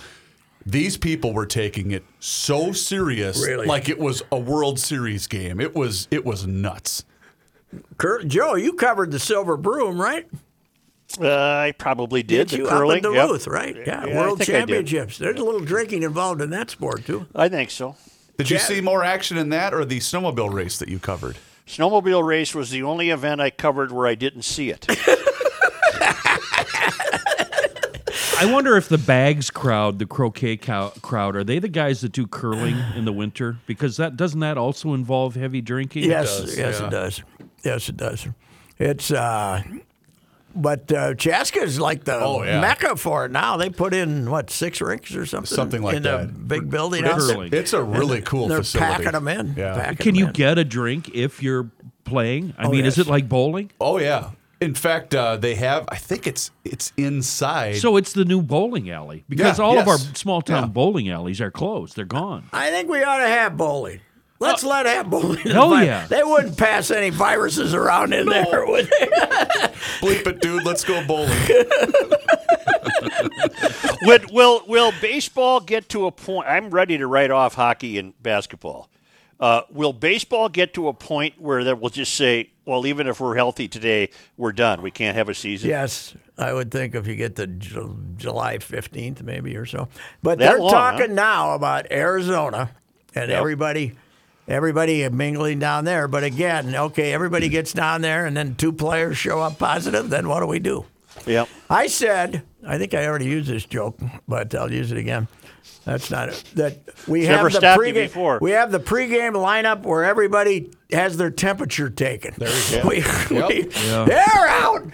Speaker 4: These people were taking it so serious,
Speaker 1: Really?
Speaker 4: like it was a World Series game. It was it was nuts.
Speaker 1: Cur- Joe, you covered the silver broom, right?
Speaker 2: Uh, I probably did. the
Speaker 1: you
Speaker 2: curling.
Speaker 1: up in
Speaker 2: yep.
Speaker 1: Duluth, right? Yeah,
Speaker 2: Yeah, I
Speaker 1: World
Speaker 2: think I did.
Speaker 1: Championships. There's a little drinking involved in that sport too.
Speaker 2: I think so.
Speaker 4: Did you
Speaker 1: Chad-
Speaker 4: see more action in that or the snowmobile race that you covered?
Speaker 2: Snowmobile race was the only event I covered where I didn't see it. *laughs*
Speaker 3: I wonder if the bags crowd, the croquet cow- crowd, are they the guys that
Speaker 1: *sighs*
Speaker 3: do curling in the winter? Because that doesn't that also involve heavy drinking?
Speaker 1: Yes,
Speaker 4: does,
Speaker 1: yes,
Speaker 4: yeah.
Speaker 1: it does. Yes, it does. It's. Uh, but uh, Chaska is like the
Speaker 4: Oh, yeah.
Speaker 1: mecca for it now. They put in what six rinks or something,
Speaker 4: Something like
Speaker 1: in a
Speaker 4: that.
Speaker 1: big building. out
Speaker 4: It's,
Speaker 1: there.
Speaker 3: Curling.
Speaker 4: it's a really cool
Speaker 1: They're
Speaker 4: facility.
Speaker 1: packing them in.
Speaker 4: Yeah.
Speaker 1: Packing
Speaker 3: Can
Speaker 1: 'em
Speaker 3: you
Speaker 1: in.
Speaker 3: get a drink if you're playing? I mean,
Speaker 1: Oh, yes.
Speaker 3: is it like bowling?
Speaker 4: Oh yeah. In fact, uh, they have. I think it's it's inside.
Speaker 3: So it's the new bowling alley because
Speaker 4: Yeah,
Speaker 3: all of our
Speaker 4: yes.
Speaker 3: small town
Speaker 4: Yeah.
Speaker 3: bowling alleys are closed. They're gone.
Speaker 1: I think we ought to have bowling. Let's let have bowling.
Speaker 3: Uh, hell yeah.
Speaker 1: They wouldn't pass any viruses around in there, would they?
Speaker 4: *laughs* bleep it, dude. Let's go bowling.
Speaker 2: Would, will will baseball get to a point? I'm ready to write off hockey and basketball. Uh, will baseball get to a point where that will just say, well, even if we're healthy today, we're done. We can't have a season.
Speaker 1: Yes, I would think if you get to Ju- July 15th, maybe or so. But
Speaker 2: That
Speaker 1: they're
Speaker 2: long, huh?
Speaker 1: talking now about Arizona and everybody. Everybody mingling down there, but again, okay, everybody gets down there, and then two players show up positive. Then what do we do?
Speaker 2: Yep.
Speaker 1: I said, I think I already used this joke, but I'll use it again. That's not it. That we have
Speaker 2: never
Speaker 1: the
Speaker 2: stopped you
Speaker 1: pregame.
Speaker 2: before.
Speaker 1: We have the pregame lineup where everybody has their temperature taken. There *laughs* we go. They're out.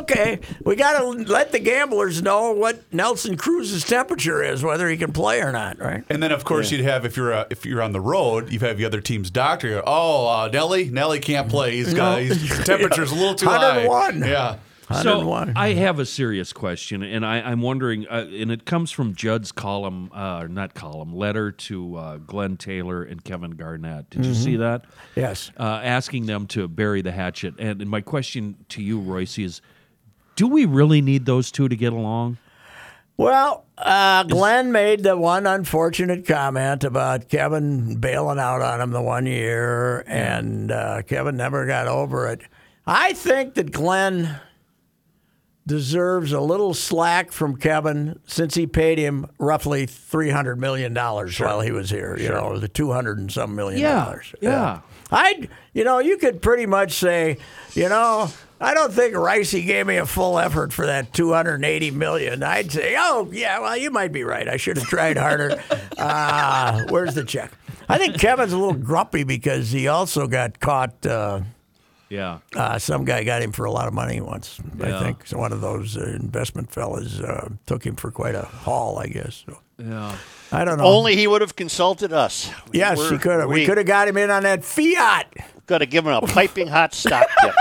Speaker 1: Okay, we got to let the gamblers know what Nelson Cruz's temperature is, whether he can play or not. Right?
Speaker 4: And then, of course, you'd have if you're uh, if you're on the road, you have the other team's doctor. Go, oh, uh, Nelly, Nelly can't play. He's got his temperature's a little too high.
Speaker 1: 101.
Speaker 4: Yeah.
Speaker 3: So
Speaker 1: 101.
Speaker 3: I have a serious question, and I, I'm wondering, uh, and it comes from Judd's column, uh, or not column, letter to uh, Glenn Taylor and Kevin Garnett. Did you see that?
Speaker 1: Yes.
Speaker 3: Uh, asking them to bury the hatchet. And, and my question to you, Royce, is do we really need those two to get along?
Speaker 1: Well, uh, Glenn made the one unfortunate comment about Kevin bailing out on him the one year, and uh, Kevin never got over it. I think that Glenn deserves a little slack from Kevin since he paid him roughly three hundred million dollars while he was here. You know, the two hundred and some million dollars.
Speaker 3: yeah.
Speaker 1: I, you know, you could pretty much say, you know, I don't think Ricey gave me a full effort for that 280 million. I'd say, oh yeah, well you might be right. I should have tried
Speaker 3: *laughs*
Speaker 1: harder. uh, where's the check? I think Kevin's a little grumpy because he also got caught. Uh,
Speaker 3: Yeah.
Speaker 1: uh, some guy got him for a lot of money once.
Speaker 3: Yeah.
Speaker 1: I think so one of those uh, investment fellas uh, took him for quite a haul, I guess. So,
Speaker 3: Yeah.
Speaker 1: I don't know.
Speaker 2: Only he would have consulted us. We
Speaker 1: yes,
Speaker 2: were-
Speaker 1: he could have. We
Speaker 2: we
Speaker 1: could have got him in on that Fiat.
Speaker 2: Got
Speaker 1: *laughs*
Speaker 2: to give him a piping hot stop. tip.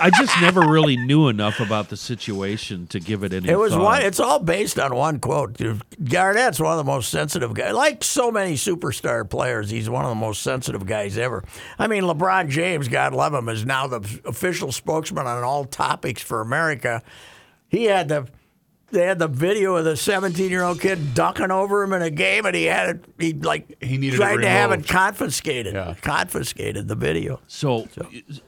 Speaker 3: I just never really knew enough about the situation to give it any
Speaker 1: It was
Speaker 3: thought.
Speaker 1: one. It's all based on one quote. dude. Garnett's one of the most sensitive guys. Like so many superstar players, he's one of the most sensitive guys ever. I mean, LeBron James, God love him, is now the official spokesman on all topics for America. He had the they had the video of the 17 year old kid ducking over him in a game, and he had it. He like
Speaker 4: He needed it
Speaker 1: tried to have it
Speaker 4: removed.
Speaker 1: confiscated.
Speaker 4: Yeah.
Speaker 1: Confiscated the video.
Speaker 3: So,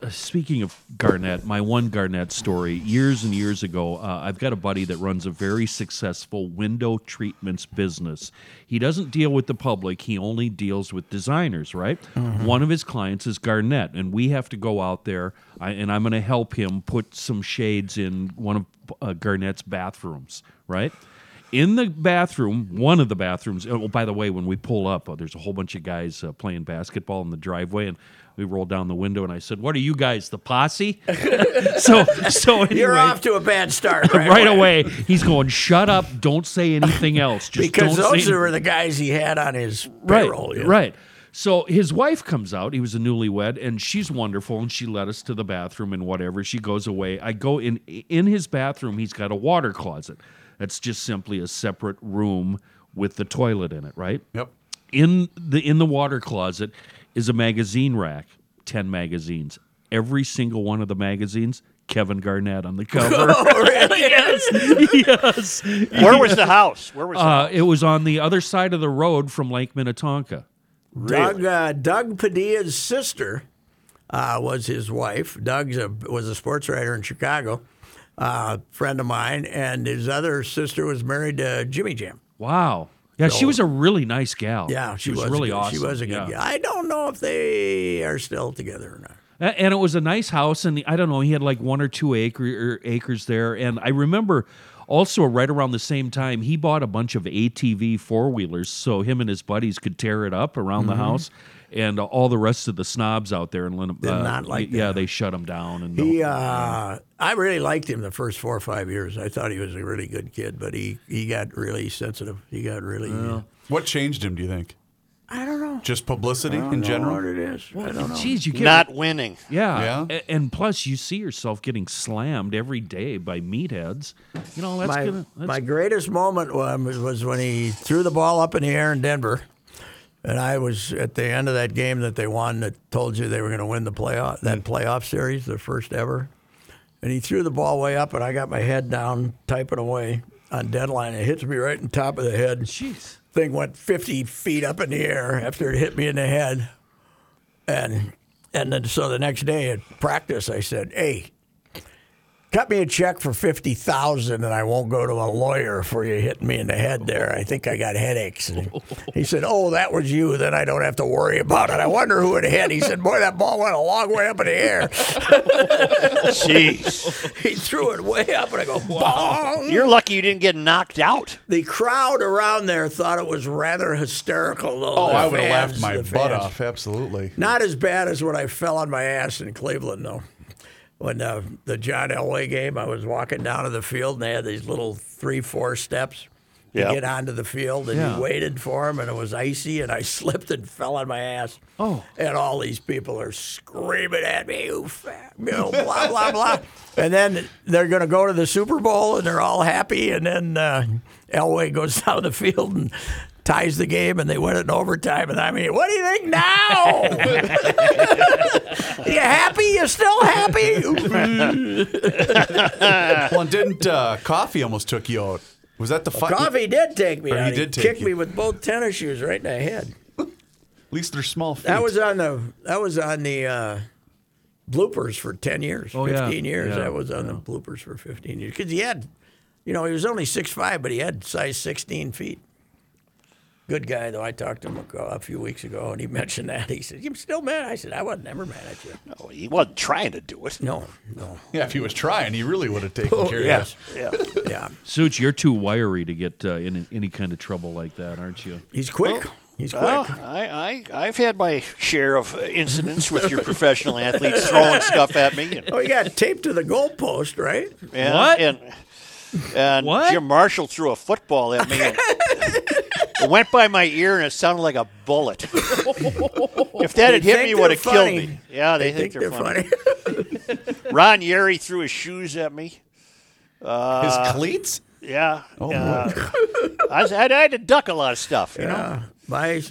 Speaker 3: uh, speaking of Garnett, my one Garnett story years and years ago, uh, I've got a buddy that runs a very successful window treatments business. He doesn't deal with the public, he only deals with designers, right? One of his clients is Garnett, and we have to go out there, I, and I'm going to help him put some shades in one of uh, Garnett's bathrooms, right? in the bathroom, one of the bathrooms. Oh, by the way, when we pull up, oh, there's a whole bunch of guys uh, playing basketball in the driveway, and we rolled down the window, and I said, "What are you guys, the posse?" *laughs* so, so anyway,
Speaker 1: You're off to a bad start, right?
Speaker 3: right
Speaker 1: away.
Speaker 3: away. He's going, "Shut up! Don't say anything else." Just
Speaker 1: because
Speaker 3: don't
Speaker 1: those
Speaker 3: say
Speaker 1: were the guys he had on his
Speaker 3: right,
Speaker 1: payroll. you know.
Speaker 3: right. So his wife comes out. He was a newlywed, and she's wonderful. And she led us to the bathroom and whatever. She goes away. I go in in his bathroom. He's got a water closet. That's just simply a separate room with the toilet in it. Right
Speaker 4: Yep.
Speaker 3: in the in the water closet is a magazine rack, ten magazines. Every single one of the magazines, Kevin Garnett on the *laughs* cover.
Speaker 1: *laughs*
Speaker 3: yes, yes.
Speaker 2: Where was the house? Where was the
Speaker 3: Uh, it was on the other side of the road from Lake Minnetonka.
Speaker 1: Doug uh, Doug Padilla's sister uh, was his wife. Doug's a, was a sports writer in Chicago, uh, friend of mine, and his other sister was married to Jimmy Jam.
Speaker 3: Wow. Yeah, she was a really nice gal.
Speaker 1: Yeah,
Speaker 3: she, was, really
Speaker 1: a good,
Speaker 3: awesome.
Speaker 1: She was a good
Speaker 3: yeah.
Speaker 1: guy. I don't know if they are still together or not.
Speaker 3: A- and it was a nice house and i don't know he had like one or two acre, er, acres there and i remember also right around the same time he bought a bunch of atv four-wheelers so him and his buddies could tear it up around
Speaker 1: Mm-hmm.
Speaker 3: the house and uh, all the rest of the snobs out there in Lin- uh,
Speaker 1: not like
Speaker 3: yeah
Speaker 1: that.
Speaker 3: they shut him down and
Speaker 1: He, uh, I really liked him the first four or five years. I thought he was a really good kid, but he, he got really sensitive. He got really,
Speaker 4: What changed him? Do you think?
Speaker 1: I don't know.
Speaker 4: Just publicity
Speaker 1: I don't
Speaker 4: in
Speaker 1: know what
Speaker 4: general.
Speaker 1: it is. I don't know.
Speaker 3: Jeez, you
Speaker 2: house?
Speaker 3: get
Speaker 2: Not winning.
Speaker 3: yeah,
Speaker 4: Yeah.
Speaker 3: A- and plus you see yourself getting slammed every day by meatheads. You know that's
Speaker 1: my,
Speaker 3: gonna that's
Speaker 1: my greatest moment was, was when he threw the ball up in the air in Denver. And I was at the end of that game that they won that told you they were going to win the playoff that
Speaker 3: Mm.
Speaker 1: playoff series, the first ever. And he threw the ball way up, and I got my head down typing away on deadline. It hits me right in top of the head.
Speaker 3: jeez.
Speaker 1: Thing went 50 feet up in the air after it hit me in the head. And and then so the next day at practice, I said, "Hey, cut me a check for fifty thousand, and I won't go to a lawyer for you hitting me in the head there. I think I got headaches." And he said, "Oh, that was you. Then I don't have to worry about it. I wonder who it hit." He said, "Boy, that ball went a long way up in the air.
Speaker 2: Jeez.
Speaker 1: He threw it way up, and I go, bong."
Speaker 2: You're lucky you didn't get knocked out.
Speaker 1: The crowd around there thought it was rather hysterical, though.
Speaker 4: Oh,
Speaker 1: The
Speaker 4: I would have laughed
Speaker 1: fans-
Speaker 4: my
Speaker 1: the
Speaker 4: butt
Speaker 1: fans.
Speaker 4: off. Absolutely.
Speaker 1: Not as bad as when I fell on my ass in Cleveland, though. When uh, the John Elway game, I was walking down to the field and they had these little three, four steps to
Speaker 2: Yeah.
Speaker 1: get onto the field, and
Speaker 3: Yeah.
Speaker 1: he waited for him, and it was icy, and I *laughs* slipped and fell on my ass.
Speaker 3: Oh.
Speaker 1: And all these people are screaming at me, you fat, you know, blah, blah, blah. *laughs* And then they're going to go to the Super Bowl, and they're all happy, and then uh, Elway goes *laughs* down the field and ties the game, and they win it in overtime. And I mean, what do you think now? *laughs* You happy? You still
Speaker 4: *laughs*
Speaker 1: happy?
Speaker 4: well, and didn't uh, coffee almost took you out? Was that the fight?
Speaker 1: Coffee did take me.
Speaker 4: Or Oh, he
Speaker 1: out.
Speaker 4: did take
Speaker 1: kicked
Speaker 4: you.
Speaker 1: me with both tennis shoes right in the head.
Speaker 4: At least they're small feet.
Speaker 1: That was on the that was on the uh, bloopers for ten years,
Speaker 3: Oh, yeah.
Speaker 1: fifteen years.
Speaker 3: Yeah,
Speaker 1: That was on the bloopers for fifteen years because he had, you know, he was only six five, but he had size sixteen feet. Good guy though. I talked to him a, cou- a few weeks ago, and he *laughs* mentioned that. He said, "You're still mad?" I said, "I was never mad at you."
Speaker 2: Oh, he wasn't trying to do it.
Speaker 1: No, no.
Speaker 4: Yeah, if he was trying, he really would have taken
Speaker 1: Oh,
Speaker 4: care of
Speaker 1: yes,
Speaker 4: that.
Speaker 2: Yeah.
Speaker 1: yeah.
Speaker 3: Suits, you're too wiry to get uh, in any kind of trouble like that, aren't you?
Speaker 1: He's quick. He's quick.
Speaker 2: Well, I, I, I've had my share of incidents with your professional athletes throwing stuff at me. and-
Speaker 1: Oh, he got taped to the goalpost, right?
Speaker 2: and,
Speaker 3: What?
Speaker 2: And, and
Speaker 3: What?
Speaker 2: Jim Marshall threw a football at me. And it went by my ear and it sounded like a bullet. if that had
Speaker 1: They
Speaker 2: hit
Speaker 1: think
Speaker 2: me, it would have
Speaker 1: they're
Speaker 2: killed
Speaker 1: funny.
Speaker 2: me. Yeah, they,
Speaker 1: Think they're funny.
Speaker 2: Ron Yeri threw his shoes at me.
Speaker 1: Uh,
Speaker 4: His cleats?
Speaker 2: Yeah.
Speaker 1: Oh,
Speaker 2: yeah. I, was, I, I had to duck a lot of stuff, you know?
Speaker 1: Uh, my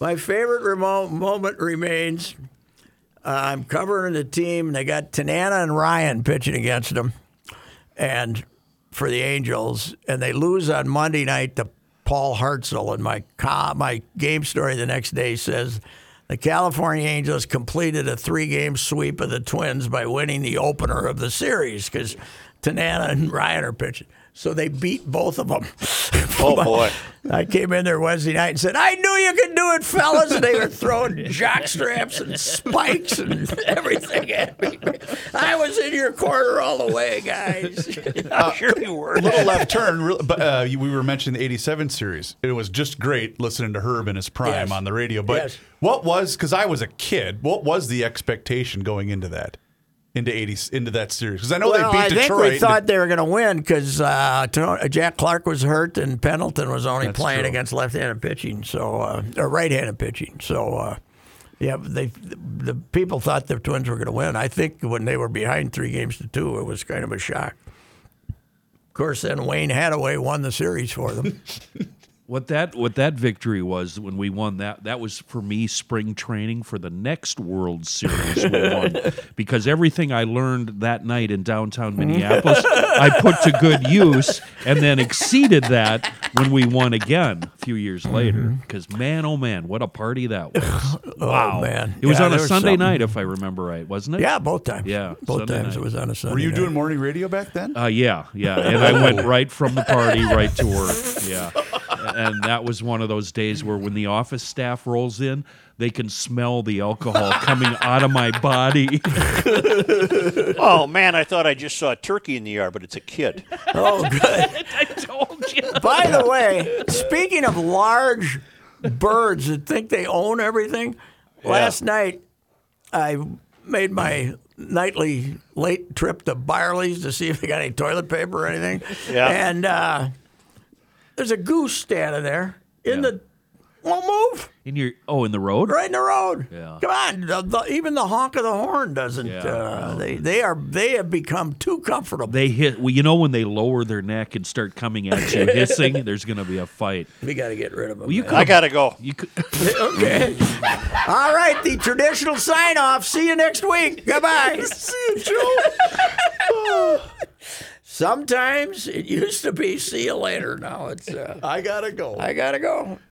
Speaker 1: my favorite remote moment remains. Uh, I'm covering the team. They got Tanana and Ryan pitching against them, and for the Angels, and they lose on Monday night to Paul Hartzell. And my com- my game story the next day says the California Angels completed a three game sweep of the Twins by winning the opener of the series because Tanana and Ryan are pitching. So they beat both of *laughs* them.
Speaker 2: Oh, boy.
Speaker 1: I came in there Wednesday night and said, "I knew you could do it, fellas." And they were throwing jock straps and spikes and everything at me. I was in your corner all the way, guys. *laughs*
Speaker 2: I'm sure you were.
Speaker 4: little left turn, real- but uh, you- we were mentioning the '87 series. It was just great listening to Herb in his prime
Speaker 1: Yes.
Speaker 4: on the radio. But
Speaker 1: Yes.
Speaker 4: what was because I was a kid? What was the expectation going into that, into '80 into that series? Because I know
Speaker 1: Well,
Speaker 4: Oh, they beat
Speaker 1: I think
Speaker 4: Detroit.
Speaker 1: we
Speaker 4: and-
Speaker 1: thought they were going to win because uh, Ton- Jack Clark was hurt and Pendleton was only
Speaker 4: That's
Speaker 1: playing
Speaker 4: true.
Speaker 1: against left-handed pitching, so uh, or right-handed pitching. So, uh, yeah, they the people thought the Twins were going to win. I think when they were behind three games to two, it was kind of a shock. Of course, then Wayne Hathaway won the series for
Speaker 3: *laughs*
Speaker 1: them.
Speaker 3: What that what that victory was when we won that that was for me spring training for the next World Series
Speaker 1: *laughs*
Speaker 3: we won because everything I learned that night in downtown
Speaker 1: Mm-hmm.
Speaker 3: Minneapolis I put to good use and then exceeded that when we won again a few years
Speaker 1: Mm-hmm.
Speaker 3: later because man oh man what a party that was wow
Speaker 1: Oh, man.
Speaker 3: it was
Speaker 1: Yeah,
Speaker 3: on a
Speaker 1: there was
Speaker 3: Sunday
Speaker 1: something.
Speaker 3: night if I remember right wasn't it
Speaker 1: yeah, both times.
Speaker 3: Yeah,
Speaker 1: both
Speaker 3: Sunday
Speaker 1: times
Speaker 3: night.
Speaker 1: it was on a Sunday.
Speaker 4: Were you
Speaker 1: night.
Speaker 4: doing morning radio back then?
Speaker 3: Uh, yeah, yeah. And I went right from the party right to work. Yeah. And that was one of those days where when the office staff rolls in, they can smell the alcohol coming out of my body.
Speaker 2: Oh man, I thought I just saw a turkey in the yard, but it's a kid.
Speaker 3: *laughs*
Speaker 1: Oh, good.
Speaker 3: I told you.
Speaker 1: By the way, speaking of large birds that think they own everything, last night I made my nightly late trip to Barley's to see if they got any toilet paper or anything.
Speaker 2: Yeah.
Speaker 1: And uh, there's a goose standing there in
Speaker 3: Yeah.
Speaker 1: the won't move
Speaker 3: In your oh, in the road?
Speaker 1: right in the road.
Speaker 3: Yeah.
Speaker 1: Come on, the, the, even the honk of the horn doesn't.
Speaker 3: Yeah,
Speaker 1: uh, they they are they have become too comfortable.
Speaker 3: They hit well, you know when they lower their neck and start coming at you hissing, there's gonna be a fight.
Speaker 1: we got to get rid of them.
Speaker 3: Well, you
Speaker 1: man.
Speaker 3: could
Speaker 2: I gotta go.
Speaker 3: you could
Speaker 1: Okay. *laughs* All right, the traditional sign off. See you next week. Goodbye. *laughs* See you, *laughs* Joe. Sometimes it used to be see you later. Now it's uh,
Speaker 4: I gotta go.
Speaker 1: I gotta go.